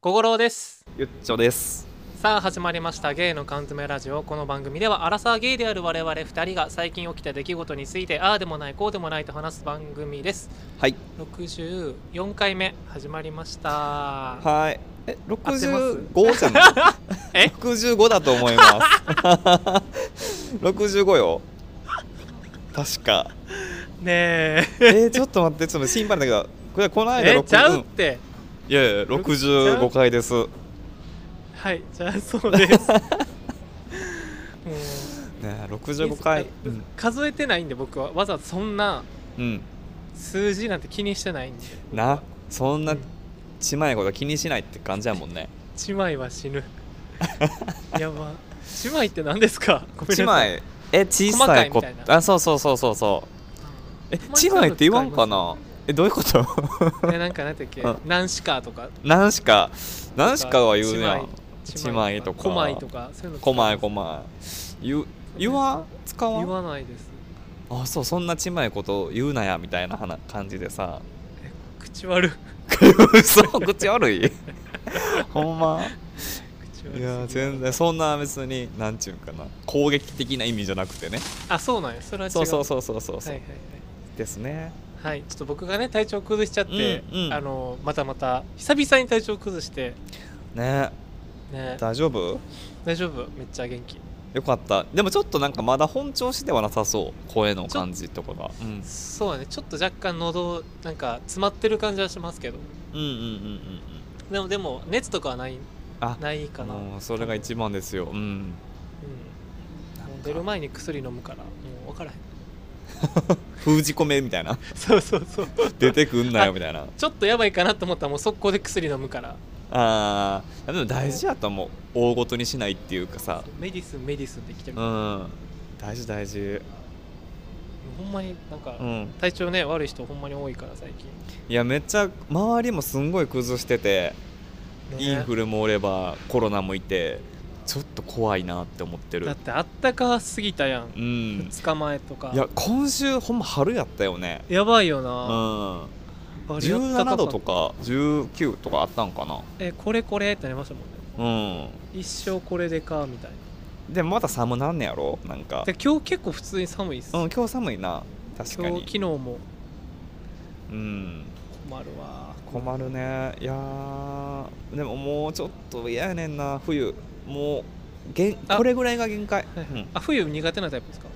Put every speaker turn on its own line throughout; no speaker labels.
小五郎です
ゆっちょです
さあ始まりましたゲイの缶詰ラジオこの番組ではアラサーゲイである我々2人が最近起きた出来事についてああでもないこうでもないと話す番組です
はい
64回目始まりました
はいえ
合ってます
65じゃない
え
65だと思います 65よ確か
ねえ
えー、ちょっと待ってちょっと心配なんだけどこれこの間
え
六
ちゃうっ
ん
て、
いやいや65回ですね
はいじゃあそうです も
え65回
う
うん、
数えてないんで僕はわざわざそんな
うん、
数字なんて気にしてないんで
なそん
う
なんちまいこと気にしないって感じやもん ね
姉妹は死 ぬやば姉妹って何ですかごめん
ち
なさ
ま
い
いえ小さいこ
細かいみたいな
あそうそうそうそうそうえちまいって言わんかなえどういうこと
えなんかなんてっけ
うん
何しかとか
何しか何しかは言うやん
ち
ち
ま
ま
い
い
と
と
か
か
こまいとかそういうの
こまえこまえ言う言わん使わ
言
ん
わないです
あそうそんなちまいこと言うなやみたいな話感じでさ
口悪い
嘘口悪 いほんま
口悪すぎ
い
る
や全然そんな別になんちゅうんかな攻撃的な意味じゃなくてね
あそうなんやそれは違う
そうそう
う
そうそうそうそう、
はいはい
ですね
はいはいちょっと僕がね体調崩しちゃって
うんうん
あのまたまた久々に体調崩して
ね
ね
大丈夫
大丈夫めっちゃ元気
よかったでもちょっとなんかまだ本調子ではなさそう声の感じとかが、うん、
そうだねちょっと若干喉なんか詰まってる感じはしますけど
うんうんうんうんうん
でもでも熱とかはない
あ
ないかな
もうそれが一番ですようん
うんもう出る前に薬飲むからもう分からへん
封じ込めみたいな
そうそうそう
出てくんなよみたいな
ちょっとやばいかなと思ったらもう速攻で薬飲むから
あーでも大事やと思う大ごとにしないっていうかさ
メディスンメディスンって来て
う
る、
ん
もう
大事大事
ほんまになんか、
うん
体調ね悪い人ほんまに多いから最近、
いやめっちゃ周りもすんごい崩してて
ね
インフルもおればコロナもいてちょっと怖いなって思って
だっ
る
てあったかすぎたやん
う、ん
2日前とか
いや今週ほんま春やったよね
やばいよ
う
な、
ん
あれやった
17度と
か
か19とかあったんかな
えこれこれってなりましたもんね
うん
一生これでかみたいな
でもまた寒なんねやろなんか
で今日結構普通に寒いっす、
うん今日寒いな確
今
か
日
に
昨日も
うん
困るわ
困るねいやーでももうちょっと嫌やねんな冬もう限
あ
これぐらいが限界、
はい
うん
あ冬苦手なタイプですか、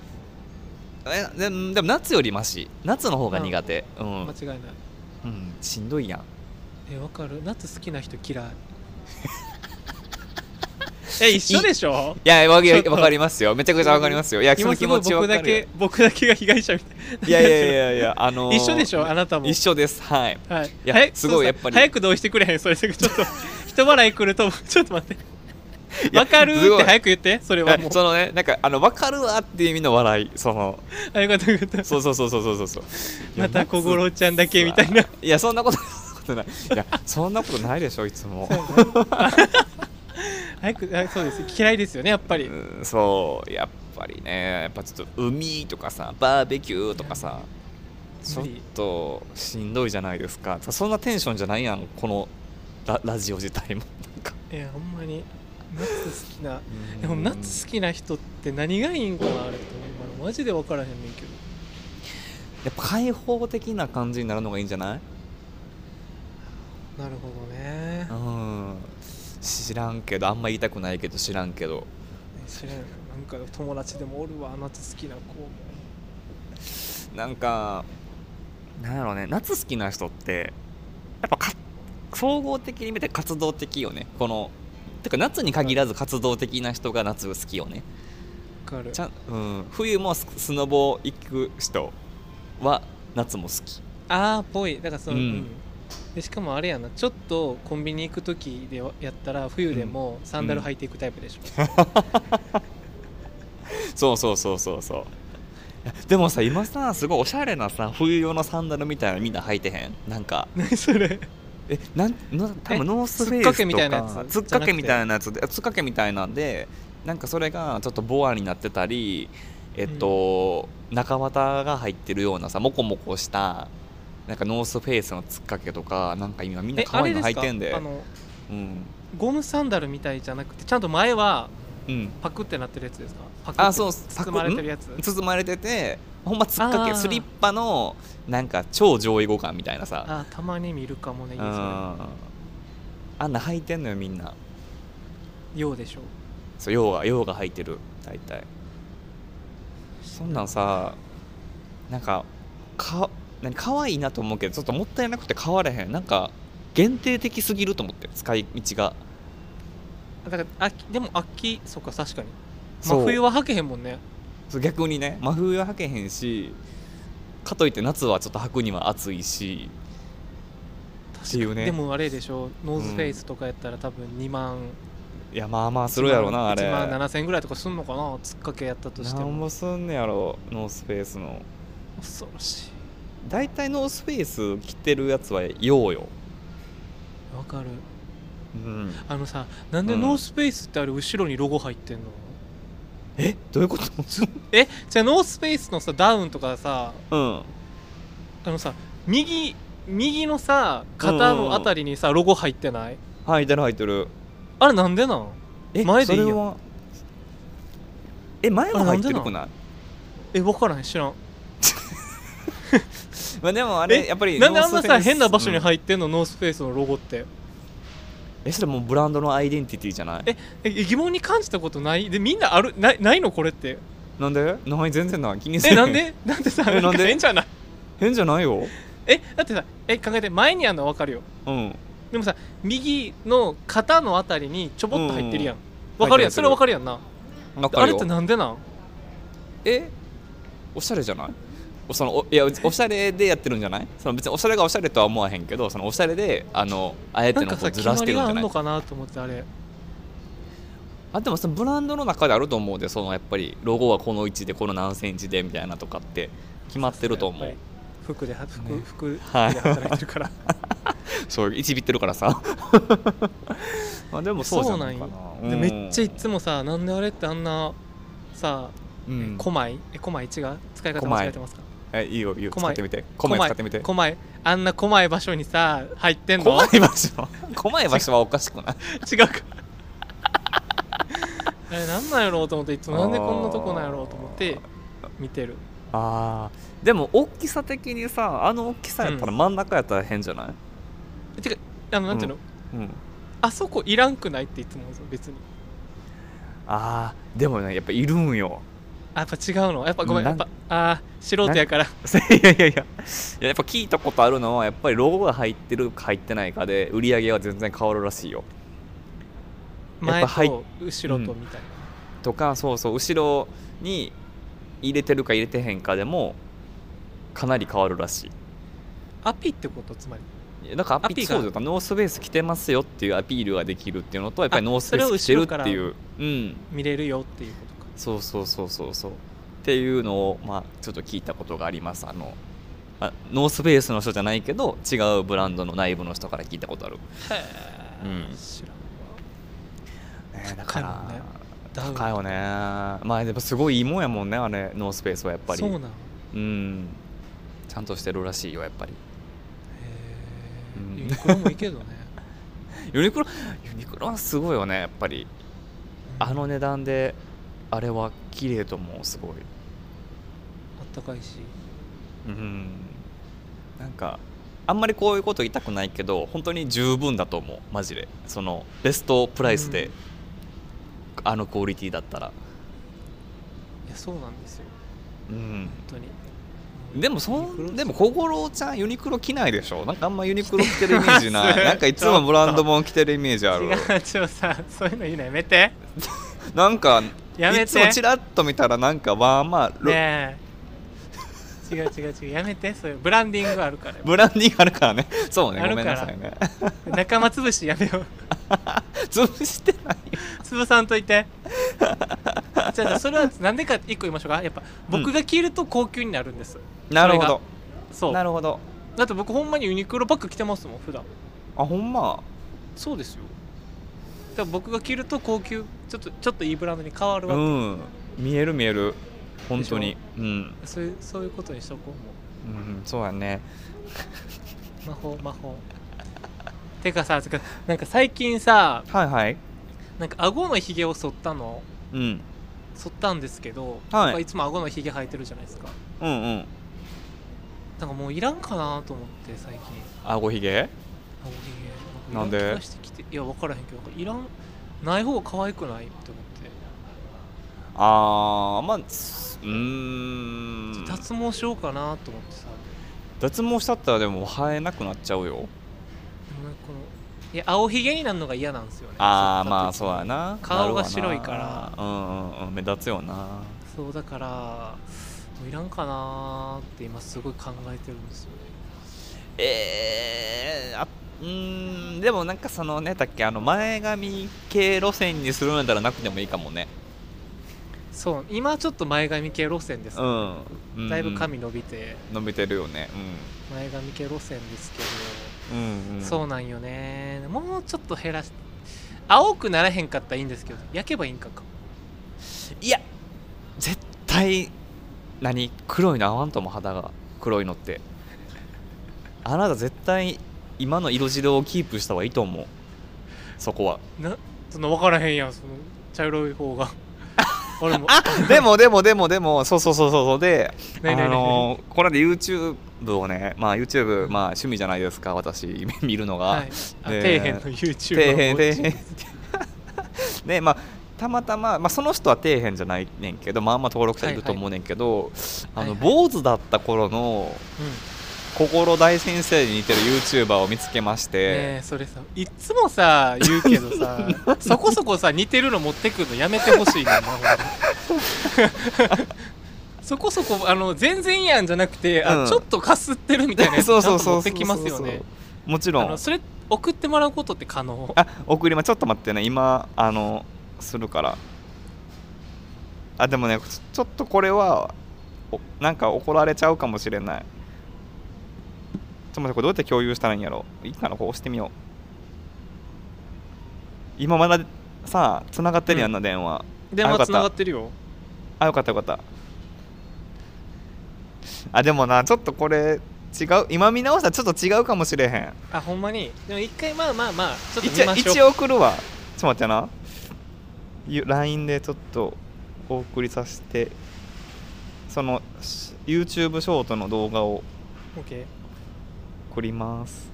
えででも夏よりマシ夏の方が苦手うん、うん
間違いない
しんどいやん
えわかる夏好きな人嫌 いえ一緒でしょ
いやわ
ちょ
わ
っと
かりますよめちゃくちゃわかりますよいやそ
今
の
す
気
ごい
持ちわ
僕
か
だ
るよ
け僕だけが被害者みたい
いやいやいやいやあの ー
一緒でしょあなたも
一緒ですはい
はい
いや
早く
す
そ
ごい
うそう
やっぱり
早く同意してくれへんそれちょっと 人笑い来るとちょっと待って
いや
わかるっ
すご
て
い
早く言ってそれはもう
そのねなんかあの分かるわっていう意味の笑いその
あよかったよかった
そうそうそうそうそうそうそういや
また小五郎ちゃんだけ
夏
みたいない
やそんなことそんなことないいやそんなことないでしょいつも
早くあそうです嫌いですよねやっぱり
うんそうやっぱりねやっぱちょっと海とかさバーベキューとかさちょっとしんどいじゃないですかそんなテンションじゃないやんこのララジオ自体も なんか
いやほんまに夏好きなでも夏好きな人って何がいいんかなあれって思うマジで分からへんねんけど
やっぱ開放的な感じになるのがいいんじゃない
なるほどね
うん知らんけどあんま言いたくないけど知らんけど
知らんなんか友達でもおるわ夏好きな子
なんかなんやろうね夏好きな人ってやっぱか総合的に見て活動的よねこのてか夏に限らず活動的な人が夏好きよね
分かる
ちゃん、うん、冬もススノボ行く人は夏も好き
あーぽいだからその、
うん
うんでしかもあれやなちょっとコンビニ行く時でやったら冬でもサンダル履いていくタイプでしょ、
そうそうそうそうそういやでもさ今さすごいおしゃれなさ冬用のサンダルみたいなのみんな履いてへんなんか
何 それ
えなんの多
え
分ノースフェイス
つっ
とか
かけみたいなやつ
つっかけみたいなやつでつっかけみたいなんでなんかそれがちょっとボアになってたりえっと、中綿が入ってるようなさモコモコしたなんかノースフェイスのつっかけとかなんか今みんな
え
可
あ
愛
れ
い
です
の履い
か
てんで
あの
うん
ゴムサンダルみたいじゃなくてちゃんと前は
うん
パクってなってるやつですかパクって
あそう
包まれてるやつ
パクん包まれててほんま突っか
あー
けスリッパのなんか超上位互換みたいなさ
あたまに見るかもねいいですね
ああんな履いてんのよみんな
ようでしょう
そう用が用が履いてる大体そんなんさなんかか何可愛いなと思うけどちょっともったいなくて買われへんなんか限定的すぎると思って使い道が
あだから秋でも秋そっか確かに
そ
真
う
冬は履けへんもんね
そう逆にね真冬は履けへんしかといって夏はちょっと履くには暑いしっていうね
でもあれでしょノーズフェイスとかやったら多分2万、
いやまあまあするやろなあれ
1万7000円ぐらいとかすんのかなつっかけやったとして
なん
も
ぼすんねやろノースフェイスの
恐ろし
大体ノースフェイス着てるやつはようよ、
いわかる
うん、
あのさなんで
うん
ノースペースってあれ後ろにロゴ入ってんの、
えどういうこと
えじゃあノースペースのさダウンとかさ
うん
あのさ右右のさ肩のあたりにさロゴ入ってない
履いてる履いてる
あれなんでなん
え
前でいいやん
それはえ前も
あれな
入
ん
っ
で
て
な
る
ん
くない
え分からん知らん
まあでもあ
あ
れやっぱり
なんであんな
ノースフェ
さ
イス
変な場所に
うん
入ってんの、ノースペースのロゴって
えそれもうブランドのアイデンティティじゃない
ええ疑問に感じたことないでみんなあるないないのこれって
なんでない全然ない気にせ
えなんでなんでさ
え
な
なんんで
か変じゃない
変じゃないよ
えだってさえ考えて前にあるのは分かるよ
うん
でもさ右の肩のあたりにちょぼっと入ってるやんわ、かるやんそれ
入
わ
って
かるやんな
わか
あ
る
れ
よ
ってなんでなん
えおしゃれじゃないおそのおいやおしゃれでやってるんじゃないその別におしゃれがおしゃれとは思わへんけどそのおしゃれであのあえ
な
て
ん
の
か
こう
さ
ず
決
ら
ま
して
り
るん
が
じ
あ
ゃなんい
のかなと思ってあれ
あでもそのブランドの中であると思うでそのやっぱりロゴはこの位置でこの何センチでみたいなとかって決まってると思
やっ
う
ぱり服では服,、
ね
服で
はい
働いてる から
そういちびってるからさまあでもそうじゃないかな
で
うん
めっちゃいつもさなんであれってあんなさ
う
え
ん
コマイえコマイ違う使い方間違えてますか
えいいよいいよ
こま
使
い
ってみてコマイ使ってみて
コマイあんなコマイ場所にさ入ってんの
怖い場所怖い場所はおかしくない
違うか あれなんなんやろうと思っていつもなんでこんなとこなんやろうと思って見てる
あーでも大きさ的にさあの大きさやったら真ん中やったら変じゃない、
えてかあのなんていうの、
うん
あそこいらんくないっていつも思うんですよ別に
あーでもねやっぱいるんよ
あやっぱ違うのやっぱごめん
な
やっ
ん
ぱあー素人やから
いやいやいやいややっぱ聞いたことあるのはやっぱりロゴが入ってるか入ってないかで売り上げは全然変わるらしいよやっ
前
ぱ入っ
と後ろとみたいな、
とかそうそう後ろに入れてるか入れてへんかでもかなり変わるらし
アピってことつまり
いいやだからアピ
アピが
そうだよノースベース着てますよっていうアピールができるっていうのとやっぱり
あ
ノースベース着てるって
それ
い
を
ううん
見れるよっていうことか
そうそうそうそうそうっていうのを、まあ、ちょっと聞いたことがありますあのあノースベースの人じゃないけど違うブランドの内部の人から聞いたことある、
へえ、
うん
知らんわ
だ
か
からら
ダウン
高いよねまあやっぱすごいいいもんやもんねあれノースペースはやっぱり
そうなのへ
うんちゃんとしてるらしいよやっぱり
え、
うん
ユニクロもいいけどね
ユニクロユニクロはすごいよねやっぱり あの
うんあ
値段であれは綺麗と思うすごい
ったかいし
うんなんかあんまりこういうこと言いたくないけど本当に十分だと思うマジでそのベストプライスで、
うん
あのクオリティだったら
いやそうなんですよ
うん
本当に
でもそ
ユニクロ
んでも小五郎ちゃんユニクロ着ないでしょなんかあんまユニクロ着てるイメージな
着てま
い
す
なんかいつもブランドもん着てるイメージある
違うちょさそういうの言うのやめて
なんか
やめ
いつも
て
ちらっと見たらなんかまあまあ、ろ
ねえ違う違う違うやめてそういうブランディングあるから
ブランディングあるからね そうね
あ
ご
る
め
か
ん
ら
なさいね
仲間潰しやめよう
潰してないよ
潰さんといてじゃあそれはなんでか一個言いましょうかやっぱ僕が着ると高級になるんです、
なるほ
そ
ど
う
なるほど
だって僕ほんまにユニクロバッグ着てますもん普段
あほんま
そうですよだから僕が着ると高級ちょっとちょっといいブランドに変わるわ
う
け、
ん見える見える本当にうん、
そういうそういうことにしとこうも
うん、そうやね
う魔法魔法てかさつかなんか最近さ
はいはい
なんか顎のひげを剃ったの
うん
剃ったんですけど、
はい
なんかいつも顎のひげ生えてるじゃないですか
うんうん
なんかもういらんかなと思って最近
顎ひげ
顎ひげ
なんで
いら気がしてきていや分からへんけどなんかいらんない方が可愛くないって思って
あーまあつうーん
脱毛しようかなと思ってさ
脱毛したったらでも生えなくなっちゃうよ
でもなんかこのいや青ひげになるのが嫌なんですよね
あ
剃った
あ
時
まあそうやな
顔が
なるわな
白いから
うんうんうん目立つよな
そうだからもういらんかなーって今すごい考えてるんですよね
えー、あうーんでもなんかそのねだっけあの前髪系路線にするんだったらなくてもいいかもね
そう今ちょっと前髪系路線です、
うん
だいぶ髪伸びて
伸びてるよね
前髪系路線ですけど、
うん、うんうん、
そうなんよねもうちょっと減らし青くならへんかったらいいんですけど焼けばいいんかか
いや絶対何黒いの合わんとも肌が黒いのってあなた絶対今の色白をキープした方がいいと思うそこは
なその分からへんやんその茶色い 方があれも
あ でもでもでもでもそうそうそうそうそうで、
ないないない
あのーこれで YouTube をねまあ YouTube まあ趣味じゃないですか私 見るのが、
はい、あ底
で
辺の YouTuber
底辺
を
で
ウォッチ
ねまあたまたま、まあ、その人は底辺じゃないねんけどまあまあ登録者いると思うねんけど、あの
はいはい
坊主だった頃の
うんね
心大先生に似てる YouTuber を見つけまして、
えそれさいっつもさ言うけど さそこそこさ似てるの持ってくるのやめてほしいねんなほん まにそこそこあの全然やんじゃなくて、
う
あ
ん
ちょっとかすってるみたいなやつちゃ
そ
ん
うそう
と
そ
持
う
ってきますよね
もちろ
あの
ん
それ送ってもらうことって可能
あ送りまちょっと待ってね今あのするからあでもねちょちょっとこれはおなんか怒られちゃうかもしれないちょっと待ってこれどうやって共有したらいいんやろいいかなこう押してみよう今まださ繋がってるやんな、電話
電
あよか
話
っ
つ
た
ながってるよ
あよかったよかったあでもなちょっとこれ違う今見直したらちょっと違うかもしれへん
あほんまにでも一回まあまあまあちょっと見
一応
ましょう
一応送るわちょっと待ってなゆ LINE でちょっとお送りさせてそのし YouTube ショートの動画を
OK
送ります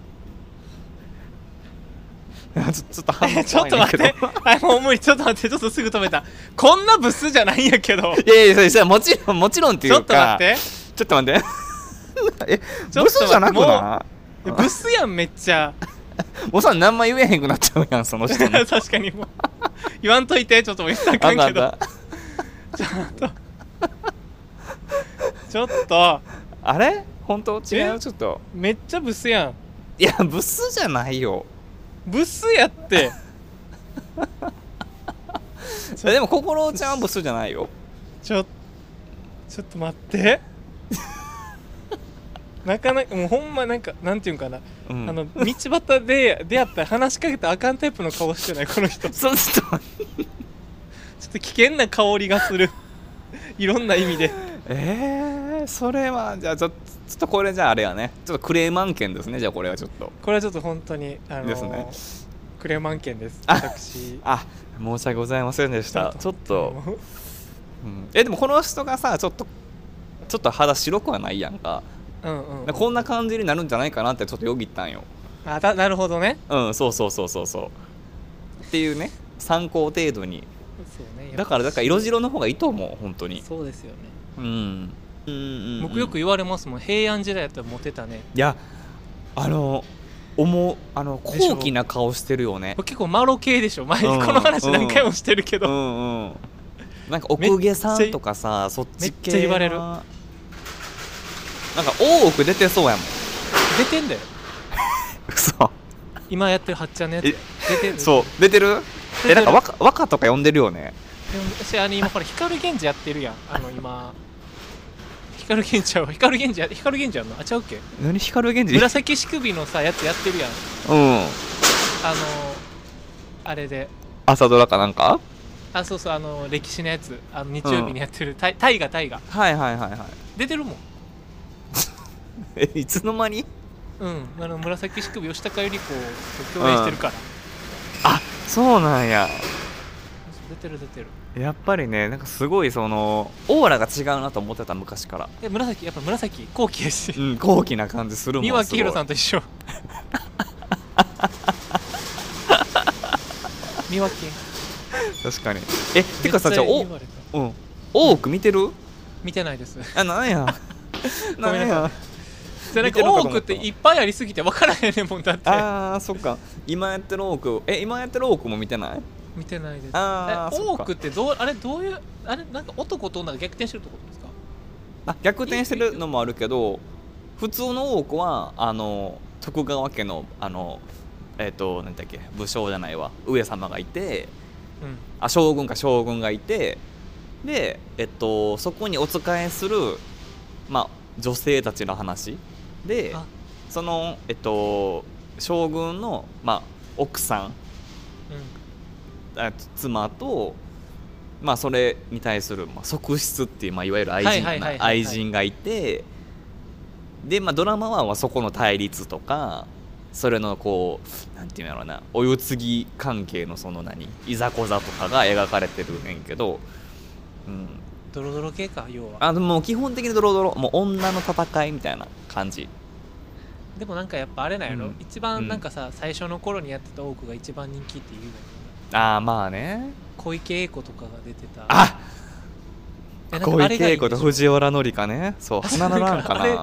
ちょちょっと反応
え ちょっと待って
怖いねんけど
あもう無理ちょっと待ってちょっとすぐ止めたこんなブスじゃないんやけど
いやいやそれそれもちろんもちろんってい
ちょ
う
っと待
か
って
ちょっと待って え
ちょっと待って
ブスじゃなく
もう
ない
ブスやんめっちゃ
おさん何も言えへんくなっちゃうやんその 人に
確かにもう言わんといてちょっともう言ったらあか
あ
ん
か
け
ん
ど
だ
ちょっと
あれ本当違う
え
ちょっと
めっちゃブスやん
いやブスじゃないよ
ブスや って
いやでも心ちゃんはブスじゃないよ
ちょちょっと待って なかなかもうほんまなんかなんていうんかな、
うん
あの道端で出会ったら話しかけたらあかんタイプの顔してないこの人ちょ
そうちょっと
っと危険な香りがする いろんな意味で
えー、それはじゃあちょちょっとこれじゃああれやねちょっとクレーム案件ですねじゃあこれはちょっと
これはちょっと本当にあの
ですね
クレーマン件です私
あ申し訳ございませんでしたちょっと、
もう
うんえでもこの人がさちょっとちょっと肌白くはないやんか
うんうん
こんな感じになるんじゃないかなってちょっとよぎったんよ
あだなるほどね
うんそうそうそうそうそうっていうね参考程度に
そうね
だからだから色白の方がいいと思う本当に
そうですよね
うんうんうんうん
僕よく言われますもん平安時代やったらモテたね
いやあの思うあの
でしょ
高貴な顔してるよね
これ結構マロ系でしょ前に
うん
この話何回もしてるけ
う
ど、
んうんなんか奥下さんとかさそっち系は
めっちゃ言われる
なんか大奥出てそうやもん
出てんだよ
嘘
今やってるはっちゃんのやつ
え
出てる
そう出てる
出てる
えなんか若若とか呼んでるよね
でも私あの今ほら光源氏やってるやんあの今光源氏は光源氏や光源氏やんのあちゃうっけ
何光源氏
紫式部のさやつやってるやん
う
あ
ん
のあれで
朝ドラかなんか
あそうそうあの歴史のやつあの日曜日にやってる、タイタイガタイガ
はいはいはいはい
出てるもん
えいつの間に
うんあの紫式部吉高由里子と共演してるから
あそうなんや
出てる出てる
やっぱりねなんかすごいそのオーラが違うなと思ってた昔から
で紫やっぱ紫後期やし
うん高貴な感じするもん
三輪明宏さん
ん
と一 緒三輪家
確かにえてかさじゃあ
絶対
お
言われた
うん多く見てる
見てないです
あなんや
ご
な
めんなんさ
や
じゃあなん
見てるか
か
と思っ
多
た
くっていっぱいありすぎて分からへんねんもんだって
あーそっか今やってる多くえ今やってる多くも見てない
見てないです
あー
え
そっ
多
か
くってどうあれどういうあれなんか男と女が逆転してるってことですか
あ逆転してるのもあるけど普通の多くはあの徳川家のあのえっ、となんだっけ武将じゃないわ上様がいて
うん
あ将軍か将軍がいてで、えっと、そこにお仕えする、まあ、女性たちの話で
あ
その、えっと、将軍の、まあ、奥さんあ妻と、まあ、それに対する、まあ、側室っていう、まあ、いわゆる愛人,、
はいはいはいはいはい
愛人がいてで、まあ、ドラマは、まあ、そこの対立とかそれのこうなんていうんだろうなお世継ぎ関係のその何いざこざとかが描かれてるねんけど、うん、
うんドロドロ系か要は
あでももう基本的にドロドロもう女の戦いみたいな感じ
でもなんかやっぱあれなんやろ、
うん
一
う
番
ん
なんかさ、最初の頃にやってた多くが一番人気っていうよね
ああまあね
小池栄子とかが出てた
あ
えなんか
小
あれ
池
がいい
栄
んで
子
し
と
ょ
藤原紀香ねそう
あ
花のランかな
あれ
う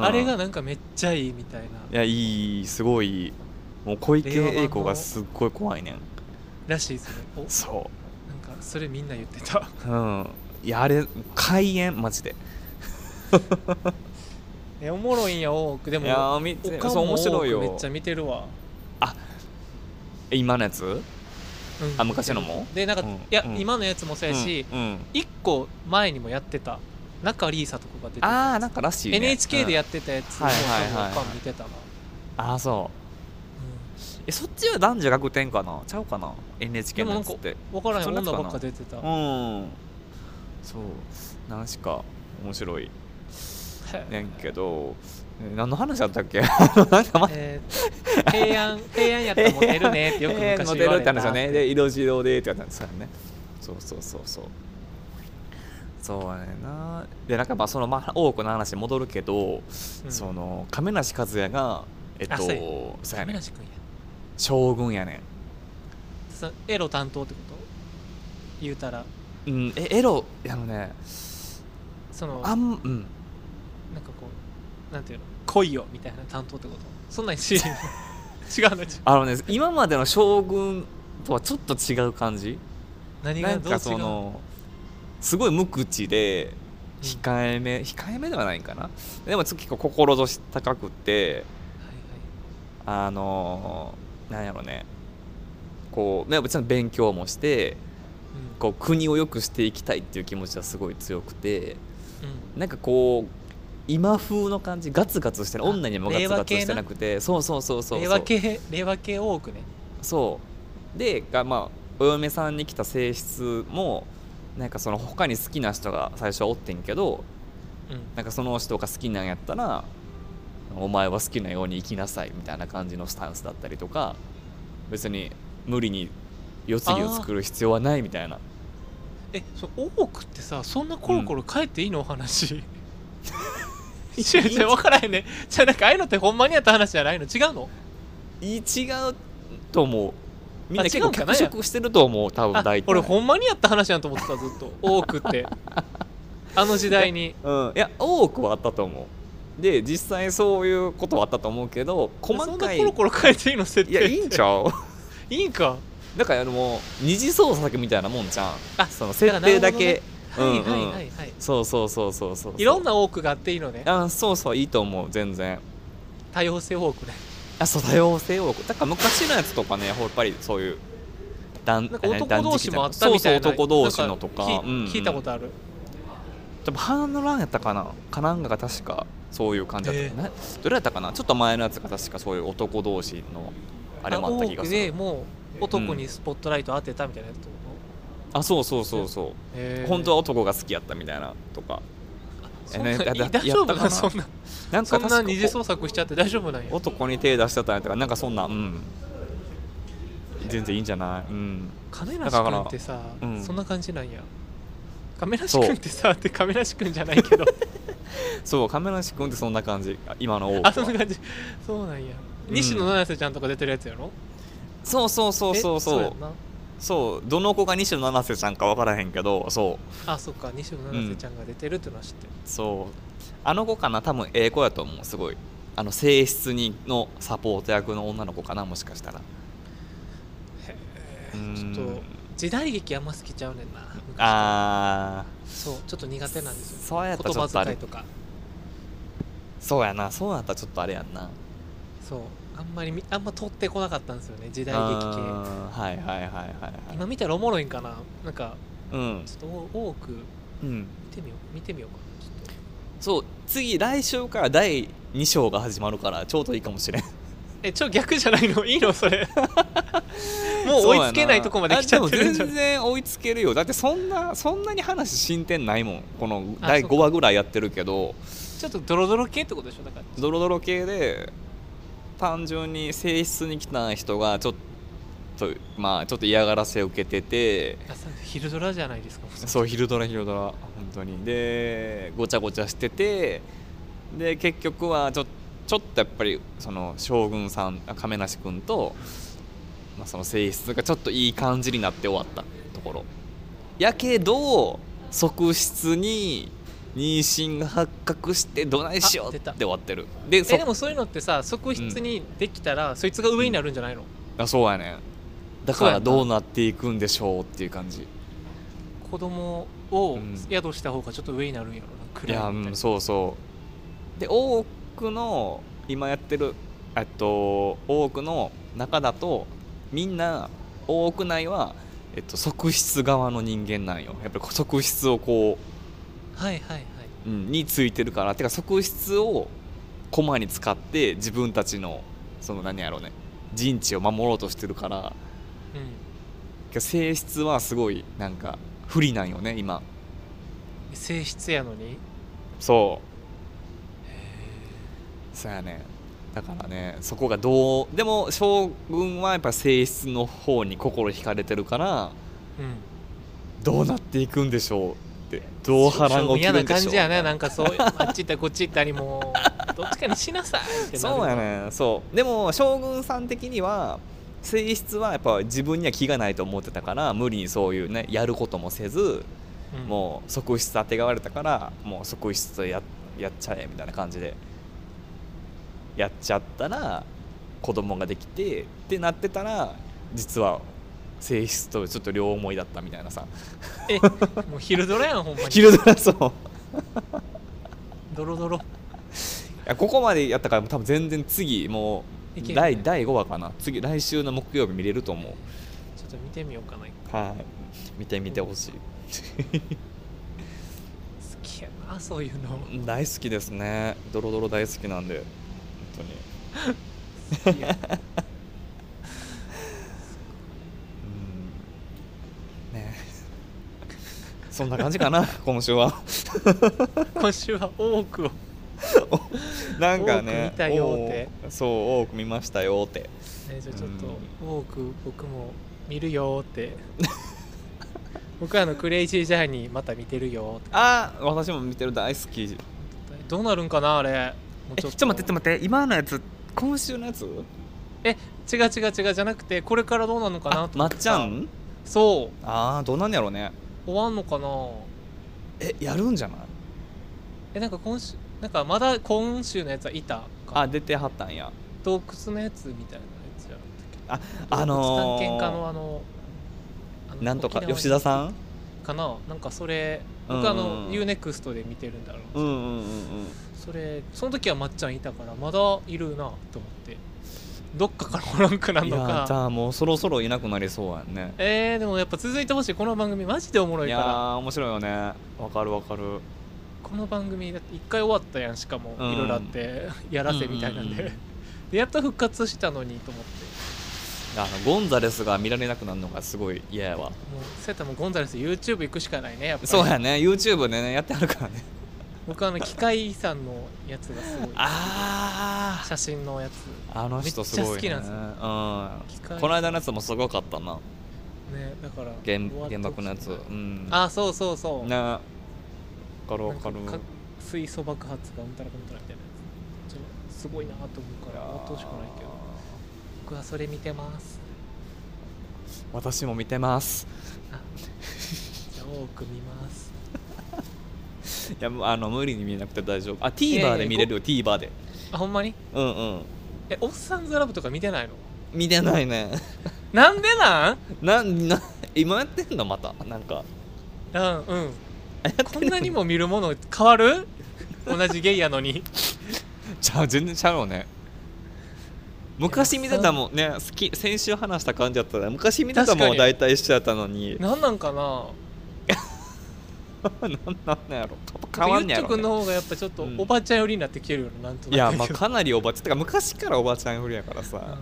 ん
あれがなんかめっちゃいいみたいない
やいいすごいいいもう小池栄子がすっごい怖いねん
らしいですねおなん
そ
かそれみんな言ってた
ううんいやあれ開演マジで
えおもろいんや多くで
いや
も
ー見て
他
そう
も
面
多
白
く
いよ
めっちゃ見てるわ、
え今のやつ
うん
あ昔のも
でなんか、
うん
いや、
うん
今のやつもそうやし、
うんうん
一個前にもやってた中リーサとかが出てた
ああなんからしい、ね、
NHK でや
っ、
ってたやつ
うん
も
は
多
いはい
分
はいはい
わかん見てたな、
うんああそうえそっちは男女逆転かなちゃうかな NHK のやつって
うん、分からへん
そんなやつ
女
かな
ばっか出てた、
う
へ
んそう何しか面白い
え
ねんけどえ何の話だったっけ なんかま
えー平 安平安やったらモテるねってよく
えー
昔
モ
言
デ
われ
ルって
た、
話よねで色白でってやったんですよねそうそうそうそうそうやねんなでなんかまあそのまあ多くの話に戻るけど、
うん
その亀梨和也がえっと
あそうや
そうや
亀
ねん
梨君や
将軍やね
そのエロ担当ってこと言うたら
んうんえエロあのね
その
あんう
なん
ん
かこうなんていうの恋よみたいな担当ってことそんなんし違 うの
あのね今までの将軍とはちょっと違う感じ
何
な
が
ん
どう違
か
う
そのすごい無口で
うん
控えめ、控えめではないんかなでも結構志高くってあのーなんやろねこうねもちろん勉強もして
は
こう国を良くしていきたいっていう気持ちはすごい強くて
いはい、うんうん
なんかこう今風の感じガツガツしてない
あ
女にもガツガツしてなくてそうそうそうそう
令
そ
和
う
系令和系多くね
そうでがまあお嫁さんに来た性質もなんかその他に好きな人が最初はおってんけど
うん
なんかその人が好きなんやったらお前は好きなように生きなさいみたいな感じのスタンスだったりとか別に無理に世継ぎを作る必要はないみたいな
えその多くってさそんなコロコロ帰 っていいの、お話一緒に分からへんねじゃあなんかああいうのってほんまにやった話じゃないの違うの
いい違うと思うみん
あ
な結
違
構
うんかな
脚色してると思う多分
あ
大体
俺ほんまにやった話やんと思ってたずっ と多くってあの時代に
うん、いや多くはあったと思うで実際そういうことはあったと思うけど細
そん
か
ないコロコロ変えていいの設定
いやいいんち
ゃう
ゃ う
いいんか
だからあのもう二次創作みたいなもんじゃん
あ
その設定だけ
はいはいはい
うん
は
うん
い、はい
そうそうそうそうそう
いろんな多くがあっていいのね
あそうそういいと思う全然
多様性多くね
あそう多様性をだから昔のやつとかねやっぱりそういうなん
なんか男同士もあった
そう
み
そ
た
う
いな
男同士のとか
なん
う
聞
んうん
聞いたことある、
でも花の乱やったかなカナンガが確かそういう感じだった、ねどれやったかなちょっと前のやつが確かそういう男同士のあれもあった気がす
多くで
る
もう男にスポットライト当てたみたいなやつってこ
あそうそうそうそう
と、へー
本当は男が好きやったみたいなとか
そそんな
えねだだ
大丈
や
夫
った
か
か
な
な
そんな
なん
そ
か
んな
確か
二次創作しちゃって大丈夫なんや
男に手出しちゃったんやとかなんかそんなうん全然いいんじゃないうん
亀梨君ってさ、
うん
そんな感じなんや亀梨
そう
君ってさって亀梨君じゃないけ ど
そう亀梨君ってそんな感じあ今の多く
あ
は
そんな感じそうなんや、
うん
西野七瀬ちゃんとか出てるやつやろ
そうそうそう
え
そうそう
やんな
そうどの子が西野七瀬ちゃんか分からへんけどそう
あそっか西野七瀬ちゃんが出てるっていうのは知ってる、
そうあの子かな多分ええ子やと思うすごいあの性質にのサポート役の女の子かなもしかしたら
へ
う
ー
ん
ちょっと時代劇あんま好きちゃうねんなあ
あー
そうちょっと苦手なんですよ
そうやったら
言
ちょっと
葉
あ
遣い
れ
とか
そうやなそうやったらちょっとあれやんな
そうあんまりみあんま通ってこなかったんですよね時代劇系
あーはいはいはいはいは
今見たらおもろいんかななんか
いうん
ちょっと多く見
うん
てみよう見てみようかなちょっと
そう次来週から第2章が始まるからちょうどいいかもしれん
えちょ逆じゃないのいいのそ れ もう追いつけないとこまで来ちゃってるんじゃ
あで
ない
も全然追いつけるよだってそんなそんなに話進展ないもんこの
あ
第
そうか
5話ぐらいやってるけど
ちょっとドロドロ系ってことでしょだから
ドロドロ系で単純に性質に来た人がちょっとまあちょっと嫌がらせを受けてて
あさ昼ドラじゃないですかもう
そう昼ドラ昼ドラ本当にでごちゃごちゃしててで結局はちょちょっとやっぱりその将軍さんあ亀梨君と、まあ、その性質がちょっといい感じになって終わったところやけど側室に妊娠が発覚してどないしよ
あ
う
出
って
た
終わってるでそ
えでもそういうのってさ側室にできたら、そいつが上になるんじゃないの、
あそうやねんだ
そう
か
やん
ら
な
どうなっていくんでしょうっていう感じ
子供を
うん
宿した方がちょっと上になるんやろ
い
な
や、
暗
う
みたい
ん、
な
そうそうで多くの今やってるえっと多くの中だとみんな多く内は、えっと、側室側の人間なんよやっぱり側室をこ
はいはいはい、
う、うん、についてるからてか側室を駒に使って自分たちのその何やろうね陣地を守ろうとしてるから
う
けど性質はすごいなんか不利なんよね今
ん、性質やのに
そうそうやねだからねそこがどうでも将軍はやっぱ性質の方に心惹かれてるから
うん
どうなっていくんでしょうってどう波乱が起き
嫌
る
なん
で
感
しょう
じやねなんかそうあっち行ったりこっち行ったりも うどっちかにしなさいってなる
そうやねそうでも将軍さん的には性質はやっぱ自分には気がないと思ってたから無理にそういうねやることもせず
うん
もう側室あてがわれたからもう側室とややっちゃえみたいな感じでやっちゃったら子供ができてってなってたら実は性質とちょっと両思いだったみたいなさ
えもう昼ドラやんほんまに
昼ドラそう
ドロドロ
いやここまでやったから多分全然次も、
いうけるね
第第5話かな次来週の木曜日見れると思う
ちょっと見てみようかな好
はい見てみてほしい
きやなそういうの
大好きですねドロドロ大好きなんで本当に
好きや
うんね そんな感じかな 今週は
今週は多くを
なんか
多
ね
く見たよーて
おーそう多く見ましたよーって
ね、じゃあちょっと多く僕も見るよーって僕はあのクレイジージャーニーまた見てるよーって
あー私も見てる大好き
どうなるんかなあれもう
えちょっと待ってちょっと待って今のやつ今週のやつ
違う違う違うじゃなくてこれからどうなるのかな
あ
と
ま
思
ってちゃ
さ
ん
そ
ああどうなんやろうね
う終わんのかな
えやるんじゃない
えなんか今週なんかまだ今週のやつはいたか
あ出てはったんや
洞窟のやつみたいなやつや
あの
洞窟探検家の
ー
あのあの
なんとか
沖縄
吉田さん
かななんかそれ
う
僕
ん
あの UNEXT で見てるんだろう
うんうんうんうん
それその時はまっちゃんいたからまだいるなと思ってどっかからおらんくなる
い
の
やじ
か
ゃあもうそろそろいなくなりそうやんね
えー、でもやっぱ続いてほしいこの番組マジでおもろ
い
い
や
から
ー面白いよねわかるわかる
この番組だって1回終わったやんしかも
うん
いろいろあってやらせみたいなん
うんうんう
で
ん
でやっと復活したのにと思って
あのゴンザレスが見られなくなるのがすごい嫌や
も
わ
うセタもうゴンザレス YouTube 行くしかないねやっぱり
そうやね YouTube でねやってあるからね
僕あの機械遺産のやつがすごい
あ
写真のやつ
ああの人すごい、ね、
めっちゃ好き
なん
機
う
械
ん、この間のやつもすごかったな
ねだから
原原爆のやつ、うん、
あそうそうそう
ねわかるわかる
なんかか水素爆発がうんたらかんたらみたいなやつちょっとすごいなと思うから終わってほしくないけど僕はそれ見てます
私も見てます
あじゃあ多く見ます
いやもうあの無理に見なくて大丈夫あ TVer で見れるよ TVer で
あほんまに
うんうん
えおっさんずラブとか見てないの
見てないね
なんでなん
なんな今やってんのまたなんか
うんうんこんなにも見るもの変わる同じゲイやのに
ちゃう全然ちゃうよね昔見てたもんね好き先週話した感じだったら昔見てた
確か
もん
に
大体一緒やったのに
なんなんかな
なんなんやろ変わ
ゆ
ん
っ
ね
ち
や
ょく
ろ、
ん
ね
の、方がやっぱちょっと
うん
おばちゃん寄りになってきてるよねなんと
い
な
や
く
まあかなりおばちゃんてか昔からおばちゃんふりやか ら
うん
さ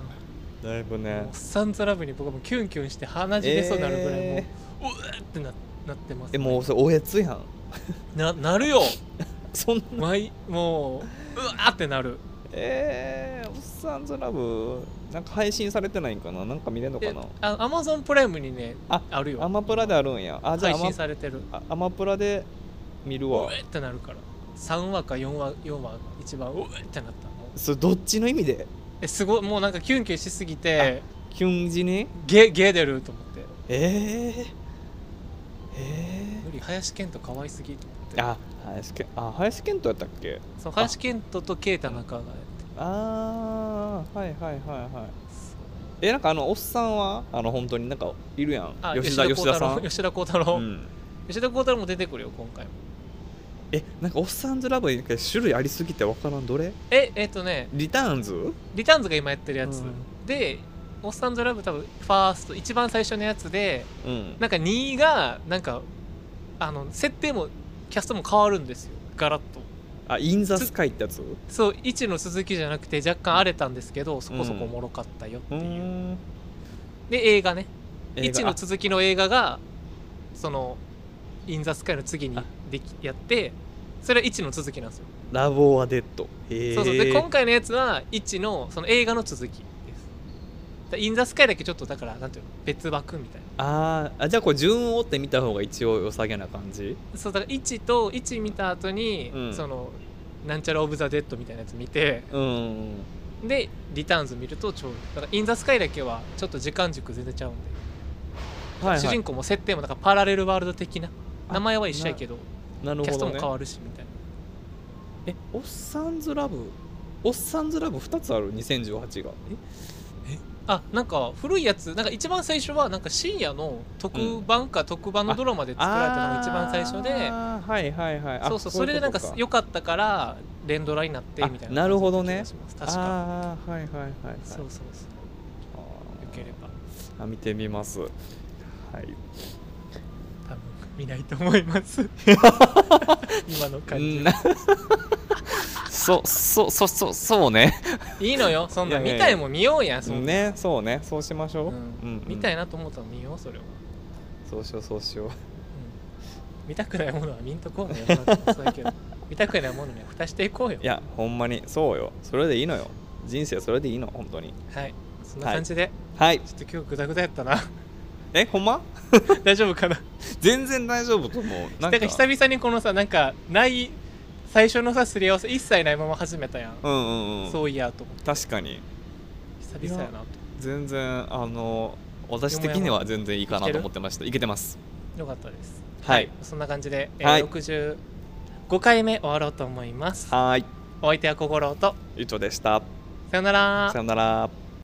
だいぶ
もう
ね
おっさんずラブに僕はもうキュンキュンして鼻血出そうになるぐらいもう、
え
うわーってななってます、
えもうそれおやつやん
ななるよ
そんな
毎もううわーってなる
えー、おっさんずラブなんか配信されてないんかななんか見れんのか
で
な
あアマゾンプライムにね
あ
あるよ
アマプラであるんやあじゃ
配
あアマ
信されてる
あアマプラで見る
うわ
わ
ーってなるから3話か4話4話一番うわーってなったもう
それどっちの意味で
えすごいもうなんかキュンキュンしすぎて
キュンジに
ゲゲ出ると思って
えー、え
無理林遣都可愛すぎと思って
ー、あ林健あ林健人やったっけ
そう林遣都と圭太中がやって
あーはいはいはいはいえなんかあのおっさんはあの本当になんかいるやん
あ
吉田吉田さ
幸太郎
ん
吉田鋼太郎、
うん、
吉田鋼太郎も出てくるよ今回も
えなんかおっさんずラブになんか種類ありすぎてわからんどれ
ええっとね
リターンズ
リターンズが今やってるやつ、
うん
でオッサンドラブ多分ファースト一番最初のやつで
うん
なんか2がなんかあの設定もキャストも変わるんですよガラッと
あインザスカイってやつ
そう1の続きじゃなくて若干荒れたんですけどそこそこおもろかったよって
う
いう、
ーん
で映画ね
映画
1の続きの映画がその「イン・ザ・スカイ」の次に
あ
できやってそれは1の続きなんですよ、
あラボーアデッドへえ
そうそうで今回のやつは1のその映画の続きですイン・ザ・スカイだけちょっとだからなんていうの別枠みたい
あーあじゃあこう順を追って見た方が一応良さげな感じ
なそうだから1と1見た後に、
うん
そのなんちゃら・オブ・ザ・デッドみたいなやつ見て
うん
でリターンズ見るとちょうどだからイン・ザ・スカイだけはちょっと時間軸全然ちゃうんで、
はい、はい、
主人公も設定もなんかパラレルワールド的な
あ
名前は一緒やけど
なる
キャストも変
ね
わるしみたいな
えおっさんずラブおっさんずラブ2つある2018が
あなんか古いやつなんか一番最初はなんか深夜の特番か特番のドラマで作られたのが一番最初で、
あーはいはいはいあ
そうそうそれでなんか
そういう
良かったから連ドラになってみたいな
あなるほどね
感じだった気がしま
こと
す確か
ああはいはいはいはい
そうそうそう
あ
よければ
ーあ見てみますはい
多分見ないと思います 今の感じ
うん そうそうそうそうそうね
いいのよそんない
やいや
見
いや
たいもん見ようやそんな
ねそうねそうしましょう、
う
うんん
見たいなと思ったら見ようそれは、
そうしようそうしよう
うん見たくないものは見んとこうね 世の中もそうやけど見たくないものには蓋していこうよ
いやほんまにそうよそれでいいのよ人生それでいいの本当に
はいそんな感じで、
はい
ちょっと今日グダグダやったな
えほんま
大丈夫かな
全然大丈夫と思うな
なんか久々にこのさなんかない最初のさすり合わせ一切ないまま始めたやん、
うんうんうん
そういやと思って
確かに
久々やなと
全然あの私的には全然いいかなと思ってましたいけてます
よかったです
はい
そんな感じで、えー
はい
65回目終わろうと思います
はーい
お相手は心と
以上でした
さよなら
さよなら